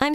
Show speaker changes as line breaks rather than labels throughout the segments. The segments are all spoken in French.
I'm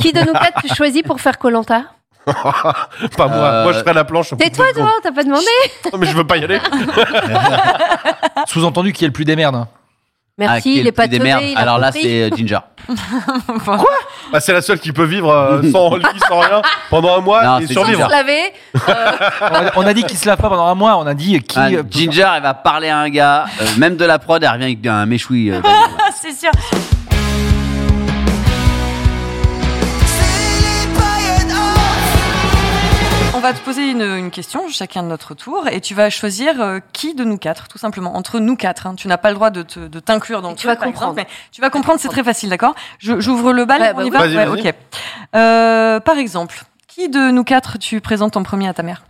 Qui de nous quatre tu choisis pour faire Colanta
pas moi.
Euh,
Moi, je serai à la planche. au bout de
Tais-toi,
deux
toi, t'as pas demandé
secondes. Non, mais je veux pas y aller.
Sous-entendu qui est le plus des merdes. hein.
Ah,
Merci,
qui est
il
le
est pas
petit des
teubé,
merdes.
il a
Alors là,
compris.
c'est euh, Ginger.
Bah, c'est la seule qui peut vivre euh, sans lit, sans rien, pendant un mois
Non,
et
c'est
Sans
survivre.
se laver, euh,
On a, on a dit qu'il se lave pas pendant un mois, on a dit qui.
Ah,
euh,
Ginger, elle va parler à un gars, euh, même de la prod, elle revient avec un méchoui. euh,
Ah, c'est sûr. On va te poser une, une question, chacun de notre tour, et tu vas choisir euh, qui de nous quatre, tout simplement, entre nous quatre. hein. Tu n'as pas le droit de te- de t'inclure dans le
Tu
truc,
vas
par
comprendre.
exemple, mais tu vas comprendre, c'est très facile, d'accord Je- J'ouvre le bal,
Ouais,
on y
bah
va
oui.
Ouais,
Vas-y, vas-y.
ok. Euh, par exemple, qui de nous quatre tu présentes en premier à ta mère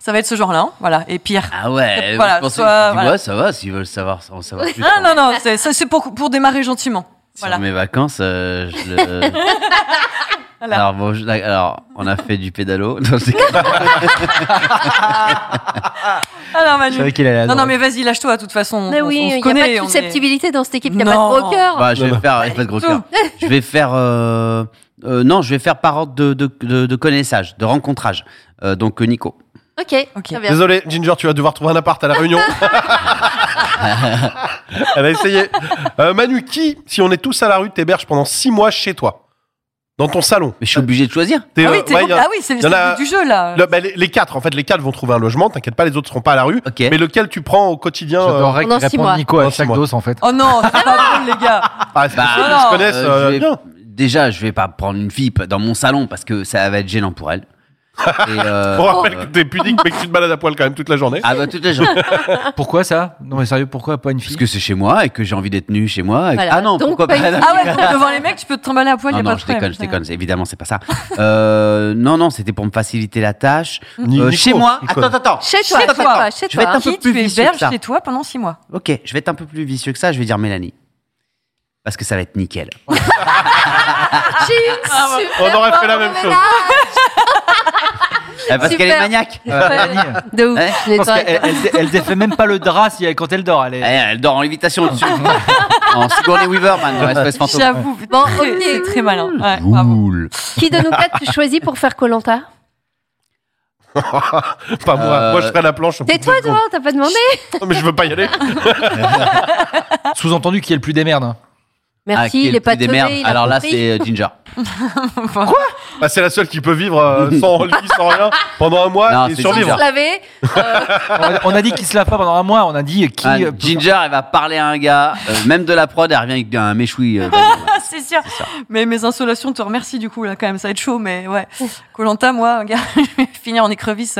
Ça va être ce genre-là, hein, voilà, et pire.
Ah ouais,
Voilà,
je pensais-
soit-
je dis,
voilà.
ouais, ça va, s'ils veulent savoir, on savoir plus.
Ah non, non, c'est- ça c'est pour, pour démarrer gentiment.
Sur
Voilà.
mes vacances, euh, je le-
Voilà.
alors, bon, je- alors, on a fait du pédalo. Non, c'est-
Alors
Je
Manu.
savais qu'il allait
Ah
Ah
Non,
adorer.
non, mais vas-y, lâche-toi, de toute façon.
Mais
on-
oui,
on se
il n'y a
connaît,
pas de
on est-
susceptibilité dans cette équipe, il n'y a pas
Non.
de gros cœur.
Bah, je vais
Non, non.
faire, j'ai pas de gros cœur. Je vais faire, euh, euh, non, je vais faire par ordre de, de, de- de connaissage, de rencontrage. Euh, donc, euh, Nico.
ok,
Ok.
très bien.
Désolé, Ginger, tu vas devoir trouver un appart à La Réunion. Elle a essayé. Euh, Manu, qui, si on est tous à la rue, t'héberges pendant six mois chez toi Dans ton salon
Mais je suis obligé de choisir.
T'es,
Ah
euh,
oui, t'es-
ouais, y a-
ah oui, c'est
y en a-
le du jeu, là.
le- bah, les, les quatre, en fait, les quatre vont trouver un logement, t'inquiète pas, les autres seront pas à la rue.
Ok.
Mais lequel tu prends au quotidien euh,
J'adorerais
Pendant
qu'il
six
réponde
mois.
Nico à
Pendant
chaque
six mois.
dose en fait.
Oh non, c'est pas drôle, les gars.
ah, c'est
Bah,
possible qu'ils
non,
se connaissent
Euh,
euh,
je vais-
bien.
Déjà, je vais pas prendre une fille dans mon salon parce que ça va être gênant pour elle. Et, euh,
On rappelle
euh,
que t'es pudique, mais que tu te balades à poil quand même toute la journée.
ah bah toutes les gens.
Pourquoi ça Non mais sérieux, pourquoi pas une
Parce
fille
que c'est chez moi et que j'ai envie d'être nu chez moi. et-
Voilà.
Ah non,
Donc,
pourquoi
pas
pas
une-
Ah ouais, donc, devant les mecs, tu peux te trimballer à poil, il
Non,
a
Ah non,
pas de
je
problème.
déconne, je déconne. Évidemment, c'est pas ça. Euh, non, non, c'était pour me faciliter la tâche.
Ni-
Euh,
Nico,
chez moi.
Nico.
Attends, attends.
Chez toi, chez toi, chez
Je vais
toi.
être un peu
Qui
plus
tu
vicieux que
héberges
ça.
chez toi pendant six mois
Ok, je vais être un peu plus vicieux que ça. Je vais dire Mélanie. Parce que ça va être nickel.
J'ai eu une super
On aurait fait la
bonne
même chose.
nana.
Euh, parce
Super.
qu'elle est maniaque.
Euh, Mélanie,
De ouf,
Ouais.
je
je pense
nettoie.
qu'elle- elle, elle- elle défait même pas le drap si elle- quand elle dort. Elle
Eh,
est...
Elle dort en lévitation dessus. en Sigourney Weaver, man, dans Espèce Fantôme.
J'avoue,
Bon,
c'est- c'est
ok.
très malin. Ouais, bravo.
Cool.
Qui de nous quatre tu choisis pour faire Colanta
pas moi.
Euh,
Moi, je serai à la planche. au bout de
Tais-toi,
deux
toi, t'as pas demandé
secondes. Non, mais je veux pas y aller.
Sous-entendu qui est le plus des merdes. hein.
Ah, qui
Merci, il
le
est pas
plus des
teubé,
merdes.
il a
Alors là,
compris.
c'est euh, Ginger.
Bah, c'est la seule qui peut vivre euh, sans lit, sans rien, pendant un mois
Non,
et
c'est
survivre.
Sans se laver, euh,
On a, on a dit qu'il se lave pas pendant un mois, on a dit qui.
Ah,
euh,
Ginger, elle va parler à un gars, euh, même de la prod, elle revient avec un méchoui. euh,
Ah, c'est sûr. Mais mes insolations te remercient du coup, là, quand même. Ça va être chaud, mais ouais. Colanta, moi, gars, je vais finir en écrevisse.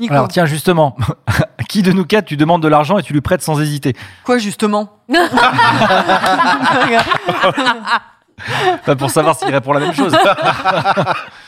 Nico,
Alors tiens justement, qui de nous quatre tu demandes de l'argent et tu lui prêtes sans hésiter
quoi, justement
Pas pour savoir s'il répond la même chose.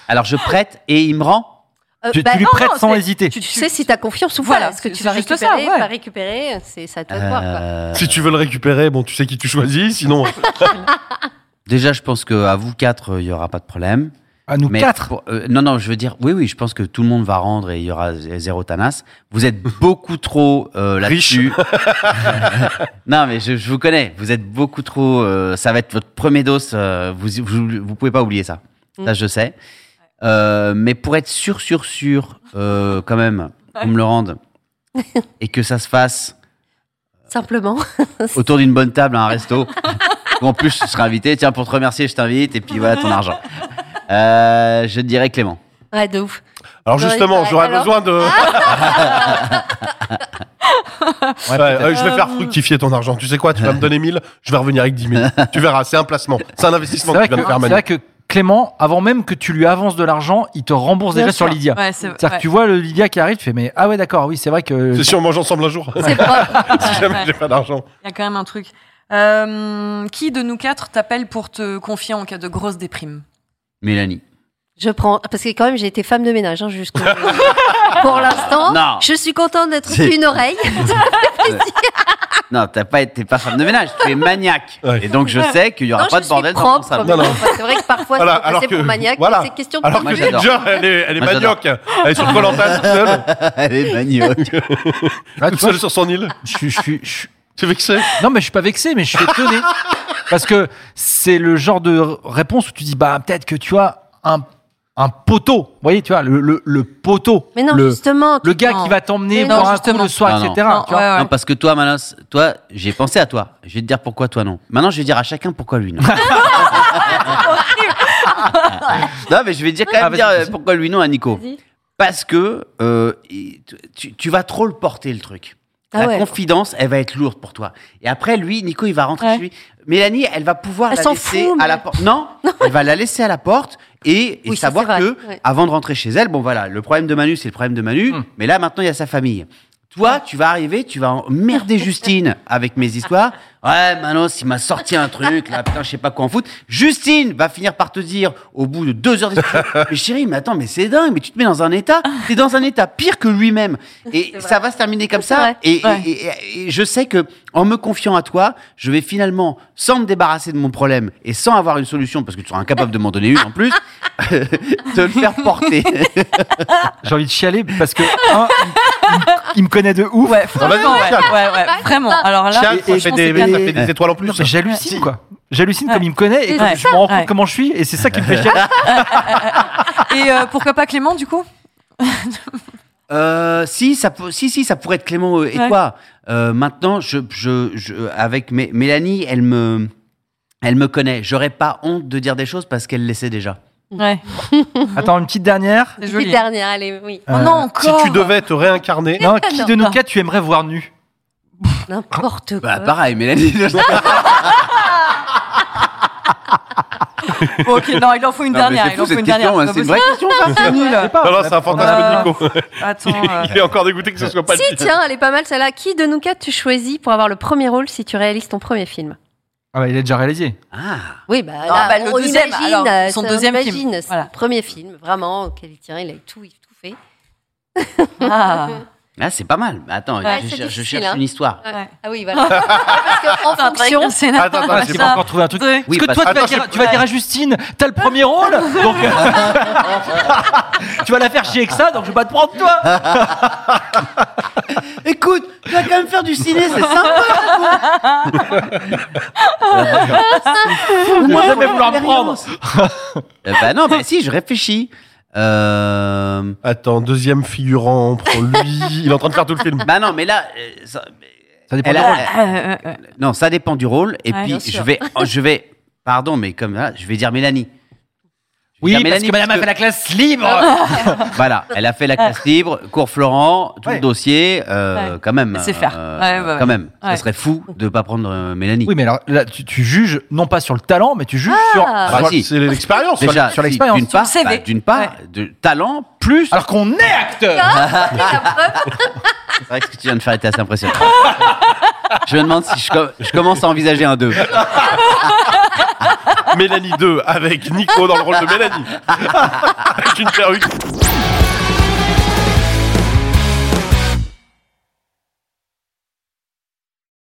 Alors je prête et il me rend.
euh,
tu,
bah,
tu lui
non,
prêtes
non,
sans
c'est-
hésiter.
Tu sais si t'as confiance ou pas,
Voilà,
ce que
c'est
tu vas
juste
récupérer,
ça, ouais.
pas récupérer, c'est ça toi de voir. quoi.
Euh,
Si tu veux le récupérer, bon, tu sais qui tu choisis, sinon. euh,
Déjà, je pense que à vous quatre, euh, il y aura pas de problème.
À Ah, nous
Mais
quatre.
pour- euh, non, non, je veux dire, oui, oui, je pense que tout le monde va rendre et il y aura z- zéro tanas. Vous êtes beaucoup trop euh, là-dessus. non, mais je, je vous connais. Vous êtes beaucoup trop. euh, ça va être votre premier dos. euh, vous, vous vous pouvez pas oublier ça. Ça, je sais. Euh, mais pour être sûr, sûr, sûr, euh, quand même, qu'on me le rende et que ça se fasse
Simplement.
autour d'une bonne table à un resto. où en plus, tu seras invité. Tiens, pour te remercier, je t'invite et puis voilà ton argent. Euh, je dirais Clément.
Ouais, de ouf.
Alors
J'aurais
justement,
pas-
j'aurais
alors-
besoin de.
Ouais,
Ouais, euh, je vais faire fructifier ton argent. Tu sais quoi Tu vas me donner 1000, je vais revenir avec 10 000. Tu verras, c'est un placement. C'est un
C'est
investissement que
vrai,
tu vas
que,
me faire,
c'est
Manu.
vrai que Clément, avant même que tu lui avances de l'argent, il te rembourse
Bien
déjà sur
sûr.
Lydia.
Ouais, c'est
C'est-à-dire que tu vois le Lydia qui arrive, tu fais mais ah ouais d'accord, oui c'est vrai que
C'est si on mange ensemble un jour,
C'est propre.
si jamais j'ai pas d'argent.
Il y a quand même un truc. Euh, qui de nous quatre t'appelle pour te confier en cas de grosse déprime
Mélanie.
Je prends parce que quand même j'ai été femme de ménage hein, jusqu'au pour l'instant.
Non.
Je suis contente d'être
C'est-
une oreille.
Non, t'as pas, été- t'es pas femme de ménage, tu es maniaque.
Ouais.
Et donc je sais qu'il y aura
non,
pas
je
de bordel
suis
dans ton
propre.
salon.
Non, non.
Enfin, C'est vrai que parfois
Voilà,
c'est
alors
passé
que-
pour maniaque.
voilà.
mais C'est question de
Alors que
Moi,
priorité.
j'adore.
Ginger, elle est, elle est
Moi, j'adore.
manioc. Elle est sur Koh Lanta toute seule,
Elle est manioc.
Ah, tu
toute
vois,
seule sur son île.
je suis- je suis- je suis-
T'es vexé
Non, mais je suis pas vexé, mais je suis étonné. Parce que c'est le genre de r- réponse où tu dis, bah, peut-être que tu as un, un poteau. Vous voyez, tu vois, le, le, le poteau.
Mais non,
le,
justement. tu-
le gars
Non.
qui va t'emmener
Mais non,
boire un coup
justement.
le soir,
Non, non.
etc.
Non,
tu vois.
ouais, ouais.
Non, parce que toi, Manos, toi, j'ai pensé à toi. Je vais te dire pourquoi toi non. Maintenant, je vais dire à chacun pourquoi lui non. non, mais je vais dire quand
Ah,
même
vas-y,
dire, euh,
vas-y.
pourquoi lui non à Nico.
Vas-y.
Parce que euh, il- tu, tu vas trop le porter le truc.
Ah
la
ouais.
confidence, elle va être lourde pour toi. Et après, lui, Nico, il va rentrer
Ouais.
chez lui. Mélanie, elle va pouvoir
Elle
la
s'en
laisser
fout,
à la
mais-
porte. Non, elle va la laisser à la porte et, et
Oui, ça,
savoir
c'est vrai,
que
ouais.
avant de rentrer chez elle, bon voilà, le problème de Manu, c'est le problème de Manu,
Mm.
mais là maintenant il y a sa famille. Toi, tu vas arriver, tu vas emmerder Justine avec mes histoires. Ouais, Manos, il m'a sorti un truc, là, putain, je sais pas quoi en foutre. Justine va finir par te dire, au bout de deux heures discussion, mais chérie, mais attends, mais c'est dingue, mais tu te mets dans un état, t'es dans un état pire que lui-même. Et ça va se terminer comme
Ah. C'est
ça.
vrai.
Et,
Ouais.
et- et- et je sais que en me confiant à toi, je vais finalement, sans me débarrasser de mon problème et sans avoir une solution, parce que tu seras incapable de m'en donner une en plus, te le faire porter.
J'ai envie de chialer parce que, un, il, me- il me connaît de ouf.
Ah, bah,
Ouais, franchement, ouais, ouais, ouais, vraiment. Alors là,
Chial, ça
franchement,
fait,
c'est
des, ça
cadeau.
fait des étoiles en plus.
Non, mais J'hallucine,
Si.
quoi. J'hallucine
Ouais.
comme il me connaît et
C'est
comme je me rends compte
Ouais.
comment je suis. Et c'est ça qui me fait chialer.
Et euh, pourquoi pas Clément, du coup
Euh, si, ça peut- si, si, ça pourrait être Clément euh, et
Ouais.
toi. Euh, maintenant, je, je, je- avec Mé- Mélanie, elle me, elle me connaît. J'aurais pas honte de dire des choses parce qu'elle le sait déjà.
Ouais,
Attends, une petite dernière.
c'est
Petite
joli.
dernière, allez, oui.
Oh
Euh,
non,
Si
encore
tu devais te réincarner,
Non, qui de nous
Non.
quatre tu aimerais voir nu
N'importe
Bah,
quoi.
pareil, Mélanie.
Ah, Bon, Ok, non, il en faut une
Non, mais
dernière.
c'est
il en
fou cette
faut une
question,
dernière.
hein, c'est une vraie question. ça.
C'est nul.
non, non, c'est un fantasme de Nico.
Attends. euh,
Il est encore dégoûté que ce soit pas
Si,
lui.
tiens, elle est pas mal celle-là. Qui de nous quatre tu choisis pour avoir le premier rôle si tu réalises ton premier film
Ah bah, il a déjà réalisé.
Ah,
Oui, bah,
Non,
là,
bah, le
on
deuxième,
imagine,
alors,
euh,
son
ça, on
deuxième film.
imagine, c'est
Voilà.
le premier film, vraiment, auquel il tient, il a tout, il a tout fait.
ah.
là, c'est pas mal. Attends,
Ouais,
je,
c'est
cherche- je
difficile,
cherche
hein.
une histoire.
Ouais.
Ah oui, voilà. Parce qu'en
Attends,
fonction,
avec un scénar.
Attends, attends,
Ah,
j'ai
j'ai
c'est
pas
ça.
encore trouvé un truc.
Ouais.
Parce
Oui,
que
parce-
toi, tu, vas
attends,
dire,
je-
tu vas dire à Justine, t'as le premier rôle, donc tu vas la faire chier avec ça, donc je vais pas te prendre toi.
Écoute, tu vas quand même faire du ciné, c'est sympa.
Moi, jamais vouloir me prendre.
Euh, bah non, mais si, je réfléchis. Euh...
Attends, deuxième figurant, on prend lui. Il est en train de faire tout le
Ah,
film.
Bah non, mais là, euh, ça,
Ça dépend
Elle
du
a-
rôle.
Euh, euh, euh,
non, ça dépend du rôle. Et
Ouais, bien
puis je
sûr.
vais, oh, je vais, pardon, mais comme là, je vais dire Mélanie. Je vais
Oui,
dire
parce
Mélanie,
que madame a
parce
fait la classe libre.
que- Voilà, elle a fait la classe libre, cours Florent, tout
Ouais.
le dossier, euh,
Ouais.
quand même.
sait faire.
euh,
Ouais, ouais, ouais.
Quand même, ça
Ouais.
serait fou de pas prendre euh, Mélanie.
Oui, mais alors là, tu, tu juges non pas sur le talent, mais tu juges
Ah.
sur.
Bah,
Voilà,
si.
C'est l'expérience.
Déjà,
sur
si,
l'expérience,
d'une
sur
part,
le CV.
bah, d'une part, de talent plus.
Alors qu'on est acteur.
C'est vrai que ce que tu viens de faire était assez impressionnant. je me demande si je, com- je commence à envisager un 2.
Mélanie 2 avec Nico dans le rôle de Mélanie. avec une perruque.